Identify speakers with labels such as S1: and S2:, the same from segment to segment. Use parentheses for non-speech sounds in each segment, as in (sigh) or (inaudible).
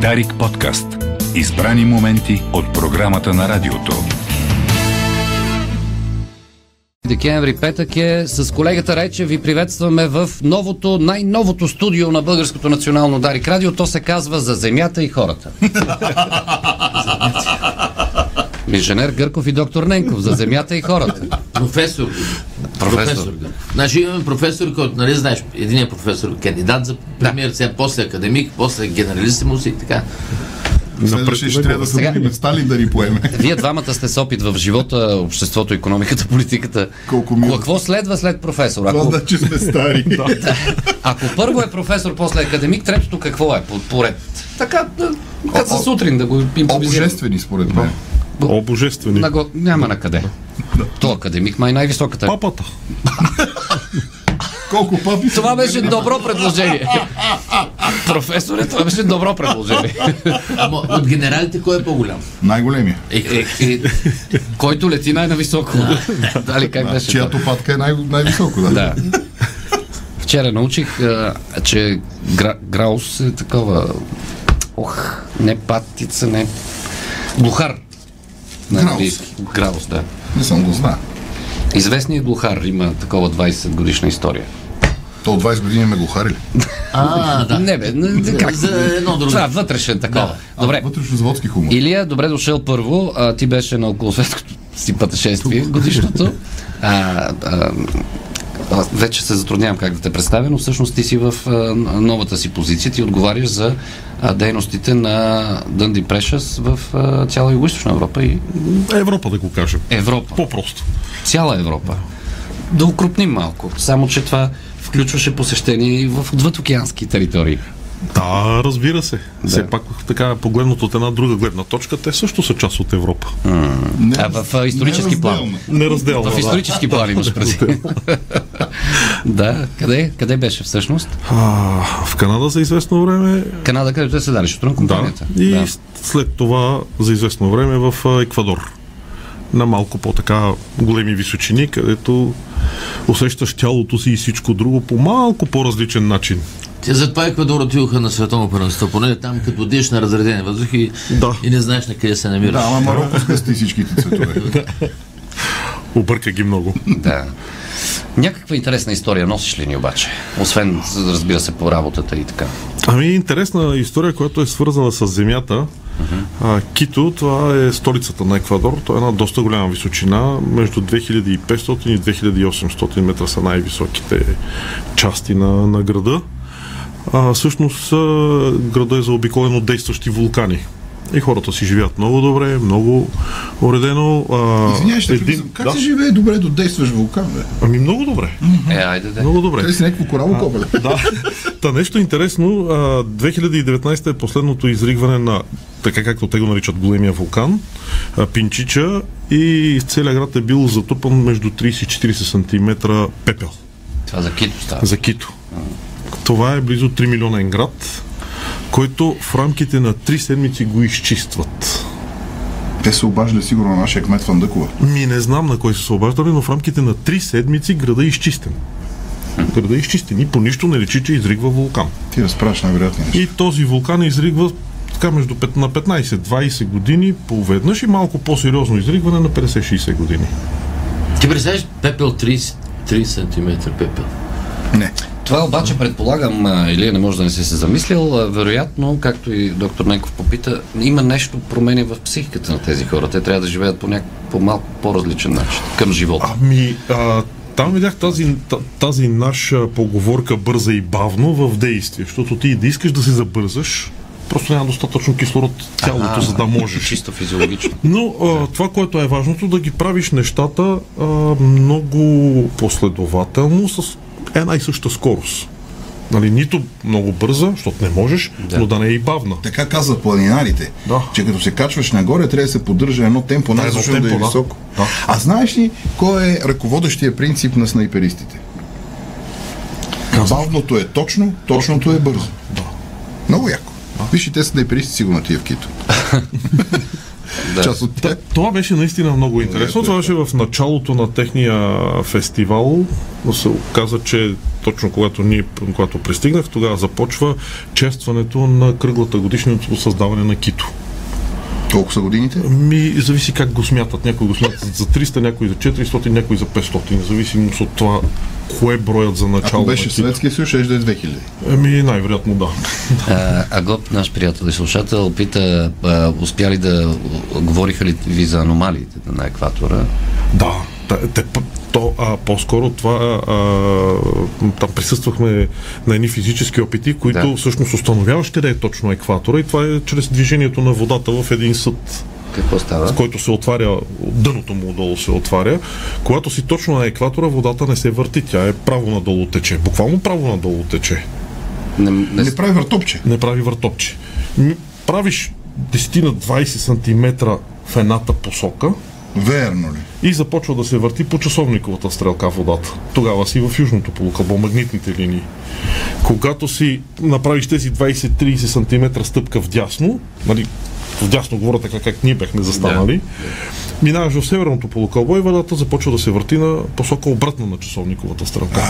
S1: Дарик подкаст. Избрани моменти от програмата на радиото.
S2: Декември петък е с колегата Рече. Ви приветстваме в новото, най-новото студио на Българското национално Дарик Радио. То се казва За земята и хората. Инженер Гърков и доктор Ненков. За земята и хората.
S3: Професор.
S2: Професор.
S3: Значи имаме професор, който, нали знаеш, един е професор, кандидат за премиер, сега после академик, после генералисимус и така.
S4: Следваше, ще трябва да се
S2: Сега-
S4: видим Сталин да ни поеме.
S2: Вие двамата сте с опит в живота, обществото, економиката, политиката.
S4: Колко мило.
S2: Какво следва след професор?
S4: Това
S2: Ако,
S4: значи
S2: (laughs)
S4: сме стари.
S2: ако първо е професор, после академик, третото какво е? По- Поред. Така, да, като за сутрин да го импровизирам.
S4: Обожествени, според мен.
S5: О, божествени.
S2: На го... Няма на къде. То академик май най-високата. е.
S5: Папата.
S4: Колко папи са
S2: Това беше добро
S4: (laughs)
S2: предложение. Професоре, това беше добро предложение.
S3: Ама от генералите кой е по-голям?
S4: най-големия.
S3: Е, е, е,
S2: Който лети най-нависоко. Дали как беше? това?
S4: Чиято патка е най- най-високо, да.
S2: Да. Вчера научих, а, че гра, Граус е такова. Ох, не патица, не. Глухар. На
S4: Граус.
S2: английски. Граус, да.
S4: (laughs) Не съм го знае.
S2: Известният глухар има такова 20 годишна история.
S4: То от 20 години ме го харили.
S3: а, да.
S2: Не бе, не, как?
S3: За едно друго.
S2: Това е вътрешен такова. Добре.
S4: Вътрешнозводски хумор.
S2: Илия, добре дошъл първо. А, ти беше на околосветското си пътешествие годишното. А, а, а, вече се затруднявам как да те представя, но всъщност ти си в а, новата си позиция. Ти отговаряш за а, дейностите на Дънди Прешас в а, цяла Юго-Источна Европа и
S5: Европа да го кажем. Е,
S2: Европа.
S5: По-просто.
S2: Цяла Европа. Да укрупним малко. Само, че това включваше посещение и в отвъдокеански територии.
S5: Да, разбира се. Все пак така погледнато от една друга гледна точка, те също са част от Европа.
S4: Не,
S2: А в а, исторически план.
S4: неразделно.
S5: Неразделно.
S2: В
S5: Да.
S2: исторически план имаш предвид. (laughs) да, къде, къде беше всъщност?
S5: А, в Канада за известно време.
S2: Канада, където е седалището на
S5: Да.
S2: компанията.
S5: И
S2: да.
S5: след това за известно време в а, Еквадор. На малко по-така големи височини, където усещаш тялото си и всичко друго по малко по-различен начин.
S3: Те затова Еквадор отидоха на световно първенство, поне там като отидеш на разреден въздух и,
S5: Да.
S3: и не знаеш на къде се намираш.
S4: Да, ама Марокко спести всичките (laughs) цветове.
S5: Обърка ги много.
S2: да. Някаква интересна история носиш ли ни обаче? Освен, разбира се, по работата и така.
S5: Ами, интересна история, която е свързана с земята. А, Кито, това е столицата на Еквадор. Това е една доста голяма височина. Между 2500 и 2800 метра са най-високите части на, на града. А, всъщност а, града е заобиколен от действащи вулкани. И хората си живеят много добре, много уредено. А,
S4: Извинявай, ще те питам, Как
S5: да,
S4: се живее добре до действаш вулкан, бе?
S5: ами много добре.
S2: Е, айде да.
S5: Много добре.
S4: Те си някакво корало копеле.
S5: Да. Та нещо интересно, а, 2019 е последното изригване на така както те го наричат големия вулкан, а, Пинчича и целият град е бил затрупан между 30 и 40 см пепел
S2: Това за Кито става.
S5: за Кито. Това е близо 3 милионен град, който в рамките на 3 седмици го изчистват.
S4: Те се обаждали сигурно на нашия кмет Фандъкова.
S5: Ми не знам на кой са се обаждали, но в рамките на 3 седмици града е изчистен. Града е изчистен и по нищо не речи, че изригва вулкан.
S4: Ти разправяш най-вероятни неща.
S5: И този вулкан изригва така между пет- на 15-20 години поведнъж и малко по-сериозно изригване на 50-60 години.
S3: Ти представяш пепел 30, 30 см пепел.
S4: Не.
S2: Това обаче предполагам, а, Илия не може да не си се замислил, а, вероятно, както и доктор Ненков попита, има нещо променя в психиката на тези хора. Те трябва да живеят по някакъв по малко по-различен начин към живота.
S5: Ами, а, там видях тази, та- тази наша поговорка бърза и бавно в действие, защото ти и да искаш да се забързаш, просто няма достатъчно кислород в тялото, за да можеш.
S2: Чисто физиологично.
S5: Но а, това, което е важното, да ги правиш нещата а, много последователно с една и съща скорост. Нали, нито много бърза, защото не можеш, да. но да не е и бавна.
S4: Така казват планинарите,
S5: Да.
S4: че като се качваш нагоре, трябва да се поддържа едно темпо, най
S5: едно
S4: защото да е
S5: темпо, да.
S4: високо.
S5: Да.
S4: А знаеш ли кой е ръководещия принцип на снайперистите? Бавното е точно, точното е бързо. Много яко. Виж, и те снайперисти сигурно тия в
S5: (laughs)
S4: Кито. Част от тях.
S5: Това беше наистина много
S4: Е,
S5: интересно. Това беше в началото на техния фестивал. Но се оказа, че точно когато, ние, когато пристигнах, тогава започва честването на кръглата годишнина от създаване на Кито.
S4: Колко са годините?
S5: Ми, зависи как го смятат. Някои го смятат за 300, някои за 400, някои за 500, в зависимост от това кое броят за начало.
S4: Ако
S5: на
S4: беше в
S5: Кито.
S4: Съветския съюз, ще да е 2000.
S5: Ами, най-вероятно да.
S2: А, Агоп, наш приятел и слушател, пита, а, успя ли да говориха ли ви за аномалиите на екватора?
S5: Да, та- те, п- то, а, по-скоро това, а, там присъствахме на едни физически опити, които
S2: Да.
S5: всъщност установяваш къде е точно екватора и това е чрез движението на водата в един съд,
S2: Какво става?
S5: с който се отваря, дъното му отдолу се отваря. Когато си точно на екватора, водата не се върти, тя е право надолу тече, буквално право надолу тече
S2: Не, не,
S4: Не прави въртопче.
S5: не прави въртопче. М, Правиш 10 на 20 см в едната посока
S4: Верно ли?
S5: и започва да се върти по часовниковата стрелка водата. Тогава си в южното полукълбо, магнитните линии. Когато си направиш тези 20-30 см стъпка вдясно, нали, вдясно говоря така, как ние бяхме застанали, минаваш в северното полукълбо и водата започва да се върти на посока обратна на часовниковата стрелка.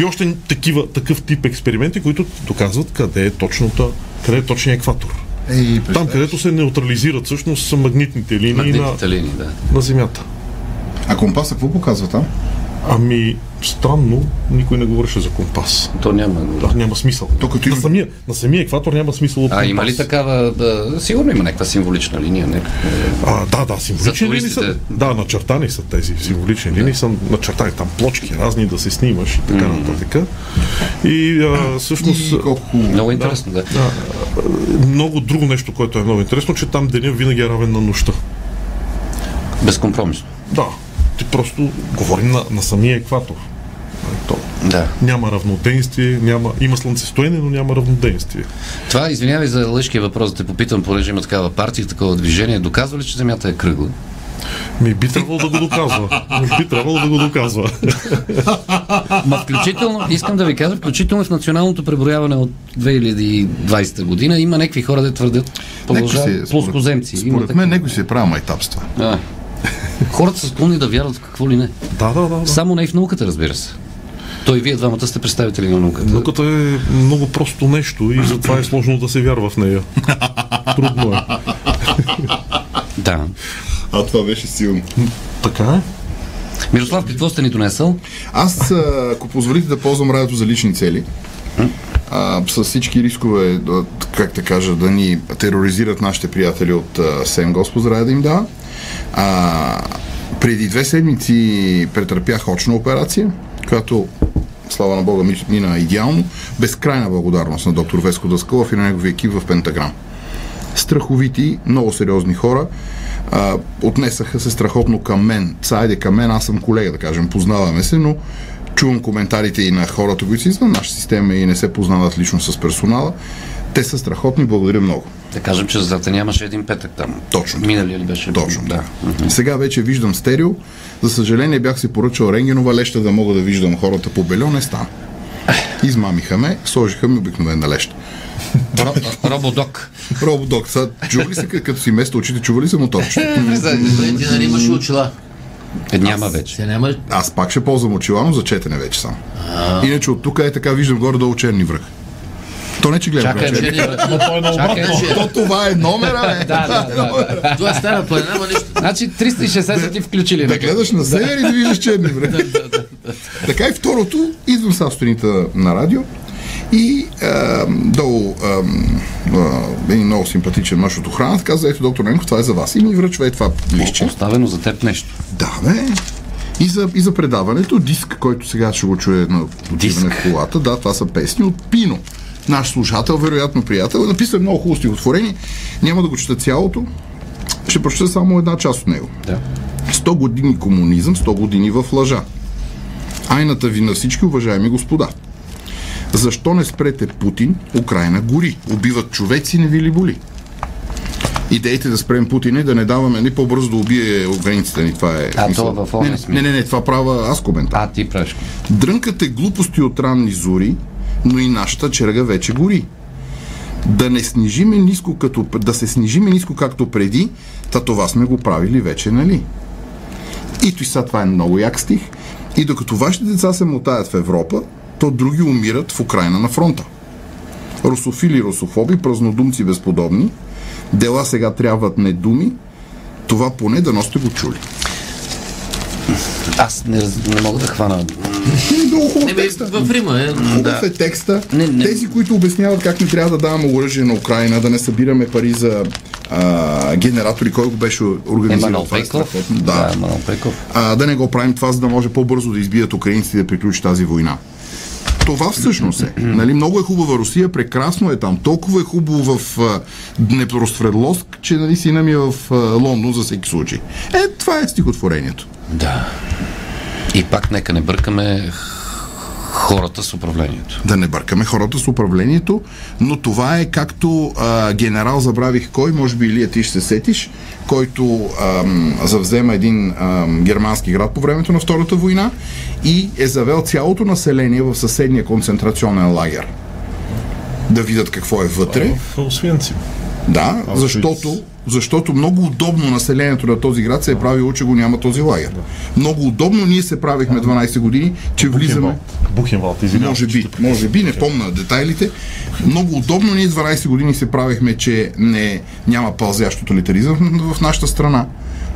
S5: И още такива, такъв тип експерименти, които доказват къде е точната, къде е точният екватор.
S4: Ей,
S5: Там,
S4: представи.
S5: където се неутрализират всъщност са магнитните линии
S3: е
S2: магнитните
S5: на,
S2: линии, да.
S5: на Земята.
S4: А компаса какво показва там?
S5: Ами, странно, никой не говореше за компас.
S2: То няма.
S5: Да, няма смисъл.
S4: То като
S5: на,
S4: има-
S5: самия, на самия екватор няма смисъл от
S2: А
S5: компас.
S2: има ли такава? Да, сигурно има някаква символична линия. Не?
S5: А, да, да, символични линии са.
S2: туристите.
S5: Да, начертани са тези символични линии, са начертани там плочки разни да се снимаш и така нататък. И а, всъщност...
S4: И колко хубаво.
S2: Много интересно, да.
S5: А, много друго нещо, което е много интересно, че там деня винаги е равен на нощта.
S2: Безкомпромисно.
S5: Да, ти просто говорим на, на самия екватор. Нали, То,
S2: Да.
S5: няма равноденствие, няма, има слънцестоене, но няма равноденствие.
S2: Това, извинявай за лъжкия въпрос, да те попитам, понеже има такава партия, такова движение. Доказва ли, че Земята е кръгла?
S5: Ми би трябвало да
S2: (laughs)
S5: го доказва. Би трябвало да го доказва.
S2: Ма включително, искам да ви кажа, включително и в националното преброяване от 2020 година има някакви хора, да твърдят, продължават плоскоземци. Има
S4: е, Според мен
S2: такива.
S4: някой си е правил майтапства.
S2: А. Хората са склонни да вярват в какво ли не.
S5: Да, да, да. да.
S2: Само не и в науката, разбира се. Той и вие двамата сте представители на науката.
S5: Науката е много просто нещо и затова е сложно да се вярва в нея. Трудно е.
S2: Да.
S4: А това беше силно.
S5: Така е.
S2: Мирослав, какво сте ни донесъл?
S4: Аз, а, ако позволите да ползвам радиото за лични цели, а, с всички рискове, а, как да кажа, да ни тероризират нашите приятели от а, СЕМ, Господ здраве да им дава, а, преди две седмици претърпях очна операция, която слава на Бога, ми- мина идеално. Безкрайна благодарност на доктор Веско Даскалов и на неговия екип в Пентаграм. страховити, много сериозни хора. А, отнесаха се страхотно към мен. Сайде към мен, аз съм колега, да кажем, познаваме се, но чувам коментарите и на хората, които са извън нашата система и не се познават лично с персонала. Те са страхотни, благодаря много.
S2: Да кажем, че зад нямаше един петък там.
S4: Точно.
S2: Миналия ли беше?
S4: Точно, да.
S2: да.
S4: Сега вече виждам стерео. За съжаление бях си поръчал рентгенова леща да мога да виждам хората по бельо, не стана. Измамиха ме, сложиха ми обикновена леща.
S2: Ро- Рободок.
S4: Рободок, сега чува ли се к- като си место очите, чува ли се моторчето?
S3: Добре, Ти нали имаш очила?
S2: Е, няма вече.
S3: Се няма.
S4: Аз пак ще ползвам очила, но за четене вече само. Иначе от тук е така, виждам горе-долу черни връх. То не че гледам
S2: Чакай,
S4: черни.
S2: че ни...
S5: Той е на
S2: Чакай,
S5: обратно.
S2: че...
S4: То това е номера,
S2: Да,
S4: е.
S2: да, да.
S3: Това е стара планина, ама нищо.
S2: Значи 360 са ти включили. нали?
S4: Да гледаш на север и да виждаш черни връх. Така и второто, идвам сега сутринта на радио и ам, долу ам, а, един много симпатичен мъж от охраната каза, ето доктор Ненков, това е за вас. И ми връчва е това листче.
S2: Оставено за теб нещо.
S4: Да, бе. И за, и за предаването диск, който сега ще го чуе на отиване в колата. Да, това са песни от Пино. Наш слушател, вероятно приятел, написа много хубаво стихотворение. Няма да го чета цялото. Ще прочета само една част от него.
S2: Да.
S4: 100 години комунизъм, 100 години в лъжа. Айната ви на всички, уважаеми господа. Защо не спрете Путин? Украина гори. Убиват човеци, не ви ли боли? Идеите да спрем Путин и да не даваме ни по-бързо да убие границите ни. Това е.
S2: А,
S4: смисъл.
S2: то във онзи
S4: не, не,
S2: смисъл.
S4: не, не, не, това правя аз коментар.
S2: А, ти правиш.
S4: Дрънкате глупости от ранни зори, но и нашата черга вече гори. Да не снижиме ниско, като, да се снижиме ниско както преди, та това сме го правили вече, нали? И той сега това е много як стих. И докато вашите деца се мотаят в Европа, то други умират в Украина на фронта. Русофили, русофоби, празнодумци безподобни, дела сега трябват не думи, това поне да сте го чули.
S2: Аз не, раз- не мога да хвана.
S4: Е, Много
S3: Не,
S4: хубав
S3: бе,
S4: текста.
S3: в Рима е.
S4: Хубав е текста.
S2: Не, не.
S4: Тези, които обясняват как не трябва да даваме оръжие на Украина, да не събираме пари за а, генератори, кой го беше организирал.
S2: Еманол
S4: Това е
S2: Пейков.
S4: страхотно. Да.
S2: Еманол Пейков.
S4: а, да не го правим това, за да може по-бързо да избият украинците и да приключи тази война. Това всъщност е. Нали, много е хубава Русия, прекрасно е там. Толкова е хубаво в а, Днепросверловск, че нали, сина ми е в а, Лондон за всеки случай. Е, това е стихотворението.
S2: Да. И пак нека не бъркаме х- хората с управлението.
S4: Да не бъркаме хората с управлението, но това е както а, генерал забравих кой, може би Илия ти ще се сетиш, който ам, завзема един ам, германски град по времето на Втората война и е завел цялото население в съседния концентрационен лагер. Да видят какво е вътре.
S5: В Освенцим.
S4: Да,
S5: Аушвиц.
S4: защото, защото много удобно населението на този град се е правило, че го няма този лагер. Много удобно ние се правихме 12 години, че влизаме.
S5: Бухенвалд, извинявам.
S4: Може
S5: се,
S4: би,
S5: че те-
S4: може би, не помна детайлите. Много удобно ние 12 години се правихме, че не, няма пълзящ тоталитаризъм в нашата страна.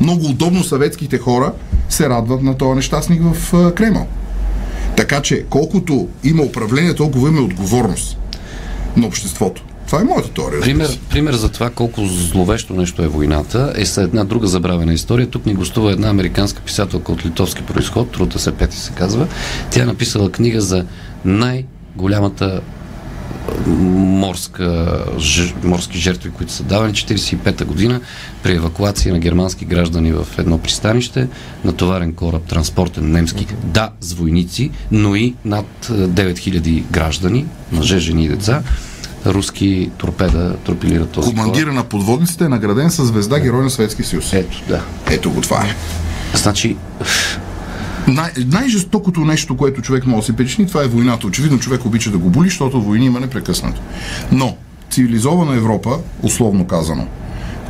S4: Много удобно съветските хора се радват на този нещастник в а, Кремъл. Така че, колкото има управление, толкова има и отговорност на обществото. Това е моята теория.
S2: Пример, пример за това колко зловещо нещо е войната е след една друга забравена история. Тук ни гостува една американска писателка от литовски происход, Трута Сепети се казва. Тя е написала книга за най-голямата м, морска, ж, морски жертви, които са давани 45-та година при евакуация на германски граждани в едно пристанище, натоварен кораб, транспортен немски, да, с войници, но и над е, 9000 граждани, мъже, жени и деца, руски торпеда торпилират този
S4: Командира на подводниците е награден с звезда Герой на Съветския съюз.
S2: кораб. Ето, да.
S4: Ето го това е.
S2: Значи,
S4: Най- най-жестокото нещо, което човек може да се причини, това е войната. Очевидно човек обича да го боли, защото войни има непрекъснато. Но цивилизована Европа, условно казано,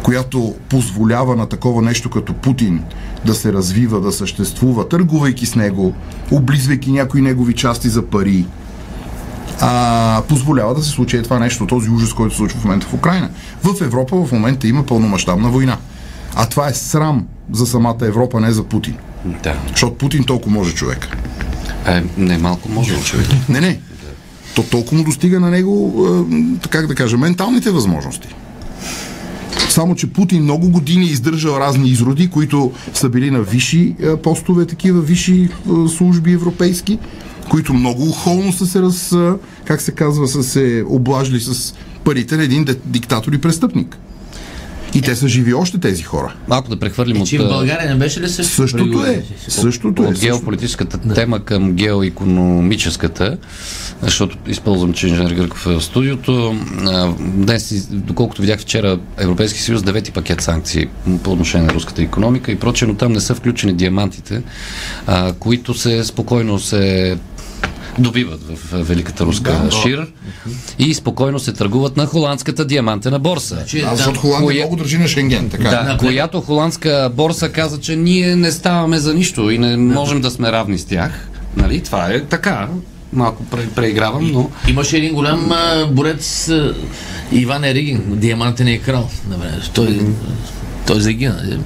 S4: която позволява на такова нещо като Путин да се развива, да съществува, търгувайки с него, облизвайки някои негови части за пари, а, позволява да се случи е това нещо, този ужас, който се случва в момента в Украина. В Европа в момента има пълномащабна война. А това е срам за самата Европа, не за Путин.
S2: да.
S4: Защото Путин толкова може човек.
S2: Е, не малко може, човек.
S4: Не, не. То толкова му достига на него, е, как да кажа, менталните възможности. Само, че Путин много години е издържал разни изроди, които са били на висши е, постове, такива висши е, служби европейски, които много холно са се раз, е, как се казва, са се облажили с парите на един де- диктатор и престъпник. И те са живи още тези хора.
S2: Малко да прехвърлим от,
S3: Че
S2: е,
S3: в България не беше ли също?
S4: Същото е.
S3: Пригоден?
S4: Същото е.
S2: от
S4: същото е.
S2: геополитическата тема към геоекономическата, защото използвам, че инженер Гърков е в студиото. А, Днес, из- доколкото видях вчера, Европейски съюз девети пакет санкции по отношение на руската економика и прочее, но там не са включени диамантите, а, които се спокойно се добиват в а, Великата руска
S4: Да, да.
S2: шир и спокойно се търгуват на холандската диамантена борса.
S3: Че
S4: А,
S3: там
S4: защото Холандия
S2: кое-
S4: много държи на Шенген, така.
S2: Да, която холандска борса каза, че ние не ставаме за нищо и не можем да сме равни с тях. Нали? Това е така. Малко пре- преигравам, но...
S3: Имаше един голям а, борец а, Иван Еригин, диамантен е крал. на времето. Той, той загина.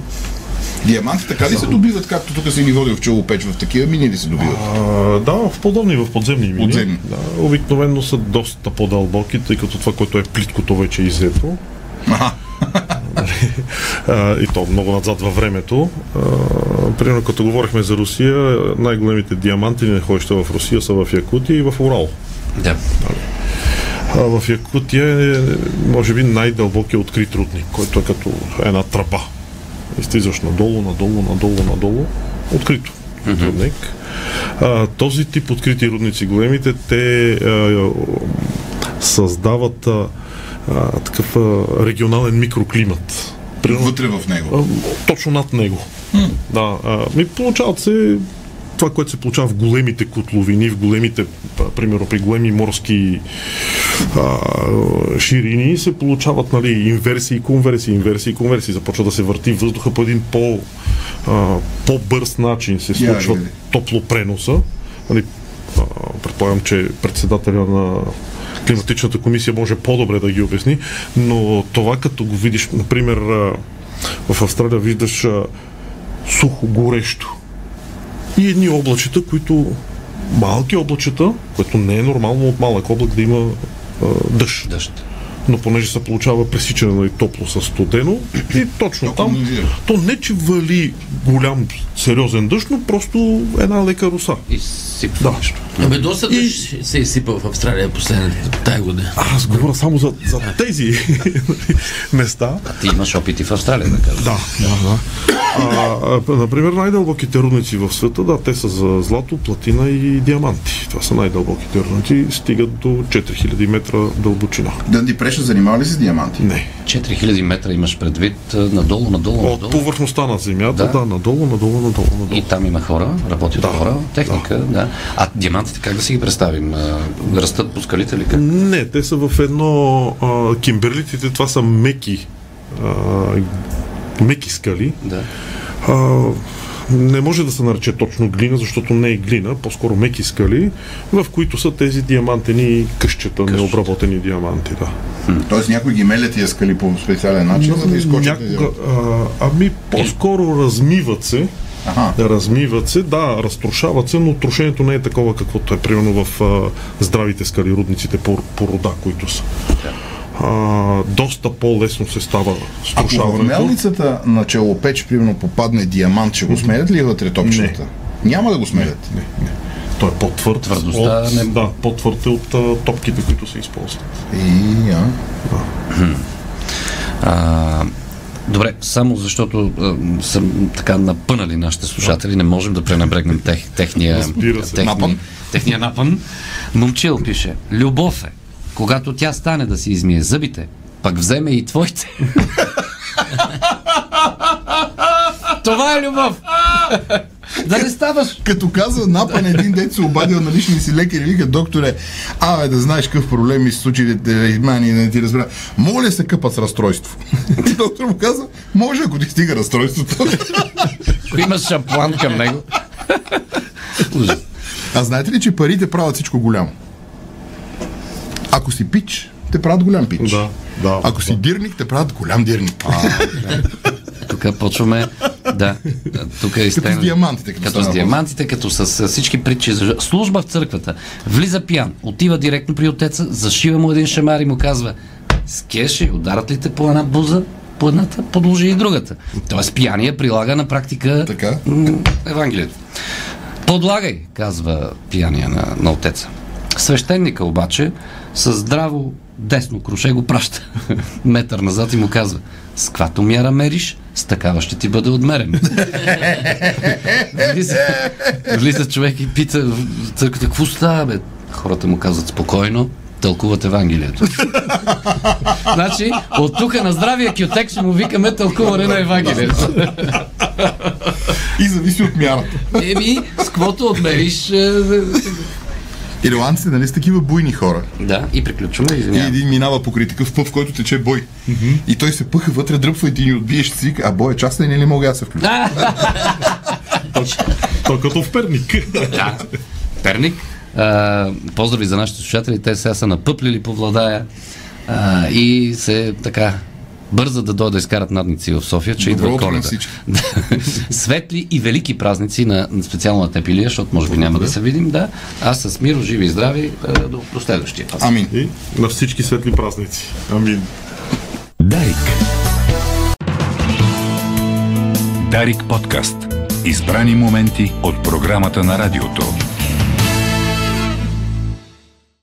S4: Диаманти така ли се добиват, както тук си ни водил в Челопеч, в такива мини ли се добиват?
S5: А, да, в подобни, в подземни мини.
S4: Подземни.
S5: Да, обикновено са доста по-дълбоки, тъй като това, което е плиткото, вече е иззето. (laughs) а, и то много назад във времето. А, примерно, като говорихме за Русия, най-големите диаманти находища в Русия са в Якутия и в Урал.
S2: Да.
S5: А, в Якутия е, може би, най-дълбокият открит рудник, който е като една тръба. Изтизаш надолу, надолу, надолу, надолу. Открито рудник. А, този тип открити рудници, големите, те а, създават а, а, такъв а, регионален микроклимат. Примерно,
S4: Вътре в него.
S5: а, точно над него. Да, а, ми получават се това, което се получава в големите котловини, в големите, п- примерно при големи морски а, ширини, се получават нали, инверсии, конверсии, инверсии, конверсии. Започва да се върти въздуха по един по, а, по-бърз начин. Се
S4: Я,
S5: случва
S4: гледай.
S5: топлопреноса. Нали, а, предполагам, предполагам, че председателя на климатичната комисия може по-добре да ги обясни, но това като го видиш, например, а, в Австралия виждаш а, сухо горещо и едни облачета, които малки облачета, което не е нормално от малък облак да има а, дъжд.
S2: Дъжд.
S5: Но понеже се получава пресичане на топло с студено и точно там,
S4: кондензира.
S5: то не че вали голям сериозен дъжд, но просто една лека роса.
S2: И сипва
S5: Да.
S2: нещо.
S3: Абе, доста и... се изсипа в Австралия последната тая година.
S5: Аз говоря само за, за тези (laughs) нали, места.
S2: Ти имаш опити в Австралия, да кажа.
S5: Да, да, да. А, а, например, най-дълбоките рудници в света, да, те са за злато, платина и диаманти. Това са най-дълбоките рудници, стигат до 4000 метра дълбочина.
S4: Дънди Преша занимава ли се с диаманти?
S5: Не.
S2: 4000 метра имаш предвид, а, надолу, надолу,
S5: От
S2: надолу.
S5: повърхността на
S2: Да.
S5: земята, да, надолу, надолу, надолу, надолу.
S2: И там има хора, работят да. хора, техника, да. да. А диамантите как да си ги представим? А, Растат по скалите ли как?
S5: Не, те са в едно... А, кимберлитите, това са меки а, меки скали.
S2: Да.
S5: А, не може да се нарече точно глина, защото не е глина, по-скоро меки скали, в които са тези диамантени къщета, необработени диаманти, да.
S4: Тоест някой ги мелят тия скали по специален начин, за да изкочат. тези-
S5: Някога, а, ами по-скоро размиват се,
S4: Аха.
S5: Да, размиват се, да, разрушават се, но трошението не е такова, каквото е примерно в а, здравите скали, рудниците по, по рода, които са. А, доста по-лесно се става
S4: Ако в
S5: струшаването.
S4: мелницата на челопеч, примерно, попадне диамант, ще го сменят ли вътре топчетата? Няма да го сменят.
S5: Той е по-твърд.
S2: Твърдостта
S5: от,
S2: не-
S5: Да, по-твърд е от а, топките, които се използват.
S4: И, а?
S2: А, добре, само защото а, съм така напънали нашите слушатели, не можем да пренебрегнем тех, техния,
S5: Разбира се.
S2: техни-
S4: Напън.
S2: техния напън. Момчил пише, любов е, когато тя стане да си измие зъбите, пък вземе и твоите. (laughs) Това е любов! да не ставаш!
S4: Като каза напан един дет се обадил на личния си лекар и вика, докторе, абе да знаеш какъв проблем ми се случи, да те измани, да не ти разбира. Моля се къпат с разстройство. (laughs) И доктор му каза, може ако ти стига разстройството.
S2: Ако имаш шаплан към него. Ужас.
S4: а знаете ли, че парите правят всичко голямо? Ако си пич, те правят голям пич.
S5: Да, да.
S4: Ако си дирник, те правят голям дирник.
S2: Тук почваме. Да. Тук е изтеглен-
S4: с диамантите, като
S2: Като,
S4: стана
S2: с
S4: въпрос.
S2: диамантите, като с, с всички притчи. за- Служба в църквата. Влиза пиян, отива директно при отеца, зашива му един шамар и му казва с кеши, ударат ли те по една буза, по едната, подложи и другата. Тоест пияния прилага на практика
S4: Така.
S2: м, Евангелието. Подлагай, казва пияния на, на отеца. Свещеника обаче със здраво десно круше го праща (laughs) метър назад и му казва с каквато мяра мериш, с такава ще ти бъде отмерен. влиза, влиза човек и пита в църквата, какво става, бе? Хората му казват спокойно, тълкуват Евангелието. значи, от тук на здравия кютек ще му викаме тълкуване на Евангелието.
S4: И зависи от мярата.
S2: Еми, с каквото отмериш. е,
S4: Ирландците, нали са такива буйни хора?
S2: Да, и приключваме.
S4: И
S2: Извинявам.
S4: един минава покрай такъв път, в който тече бой. И той се пъха вътре, дръпва и ти ни отбиеш си, вика, а бой е частен или мога аз да се включа?
S5: Той е като в перник. (laughs)
S2: Да. Перник. А, поздрави за нашите слушатели. Те сега са напъплили по Владая а, и се така бързат да дойдат да изкарат надници в София, че
S4: Добро
S2: идва
S4: утро на
S2: коледа.
S4: всички.
S2: (laughs) Да. Светли и велики празници на на специално на Тепилия, защото може би няма да се видим. Да. Аз с Миро, живи и здрави, а, до, до следващия път.
S4: Амин.
S5: И на всички светли празници. Амин.
S1: Дарик. Дарик подкаст. Избрани моменти от програмата на радиото.